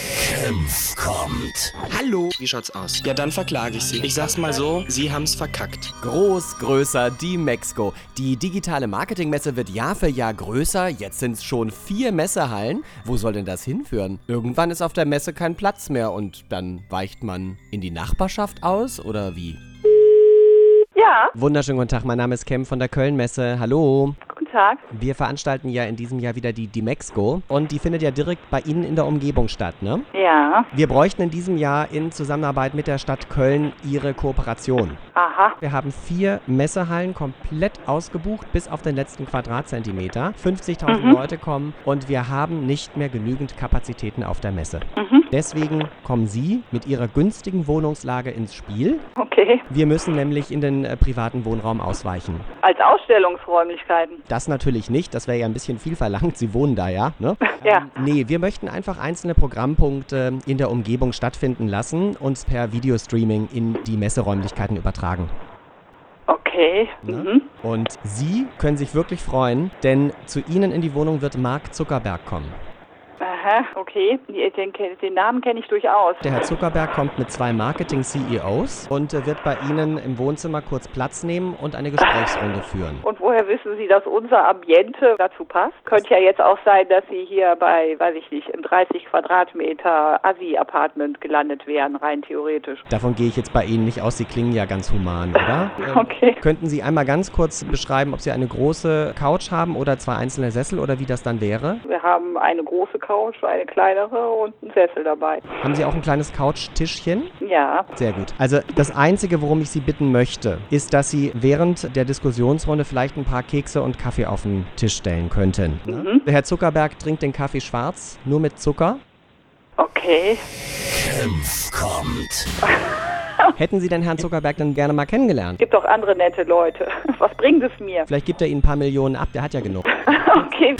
Senf kommt. Hallo. Wie schaut's aus? Ja, dann verklage ich Sie. Ich sag's mal so, Sie haben's verkackt. Groß, größer, die Mexco. Die digitale Marketingmesse wird Jahr für Jahr größer. Jetzt sind's schon vier Messehallen. Wo soll denn das hinführen? Irgendwann ist auf der Messe kein Platz mehr und dann weicht man in die Nachbarschaft aus oder wie? Ja, Wunderschönen guten Tag, mein Name ist Cem von der Kölnmesse. Hallo. guten Tag. Wir veranstalten ja in diesem Jahr wieder die Dimexco und die findet ja direkt bei Ihnen in der Umgebung statt, ne? Ja, Wir bräuchten in diesem Jahr in Zusammenarbeit mit der Stadt Köln Ihre Kooperation. aha. Wir haben vier Messehallen komplett ausgebucht, bis auf den letzten Quadratzentimeter. 50.000 Leute kommen und wir haben nicht mehr genügend Kapazitäten auf der Messe. Deswegen kommen Sie mit Ihrer günstigen Wohnungslage ins Spiel. Okay. Wir müssen nämlich in den äh, privaten Wohnraum ausweichen. Als Ausstellungsräumlichkeiten. Das natürlich nicht, das wäre ja ein bisschen viel verlangt. Sie wohnen da ja, ne? Ja. Nee, wir möchten einfach einzelne Programmpunkte in der Umgebung stattfinden lassen und per Videostreaming in die Messeräumlichkeiten übertragen. Okay. Ne? Mhm. Und Sie können sich wirklich freuen, denn zu Ihnen in die Wohnung wird Mark Zuckerberg kommen. Aha, okay. Die- Den, kenn- den Namen kenne ich durchaus. Der Herr Zuckerberg kommt mit zwei Marketing-CEOs und äh, wird bei Ihnen im Wohnzimmer kurz Platz nehmen und eine Gesprächsrunde führen. Und woher wissen Sie, dass unser Ambiente dazu passt? Könnte ja jetzt auch sein, dass Sie hier bei, weiß ich nicht, im 30 Quadratmeter Assi-Apartment gelandet wären, rein theoretisch. Davon gehe ich jetzt bei Ihnen nicht aus, Sie klingen ja ganz human, oder? Ähm, Okay. Könnten Sie einmal ganz kurz beschreiben, ob Sie eine große Couch haben oder zwei einzelne Sessel oder wie das dann wäre? Wir haben eine große Couch, eine kleinere und einen Sessel dabei. Haben Sie auch ein kleines Couchtischchen? Ja, Sehr gut. Also das Einzige, worum ich Sie bitten möchte, ist, dass Sie während der Diskussionsrunde vielleicht ein paar Kekse und Kaffee auf den Tisch stellen könnten. Ne? Herr Zuckerberg trinkt den Kaffee schwarz, nur mit Zucker. okay. Senf kommt. Hätten Sie den Herrn Zuckerberg dann gerne mal kennengelernt? Gibt auch andere nette Leute. Was bringt es mir? Vielleicht gibt er Ihnen ein paar Millionen ab, der hat ja genug. Okay.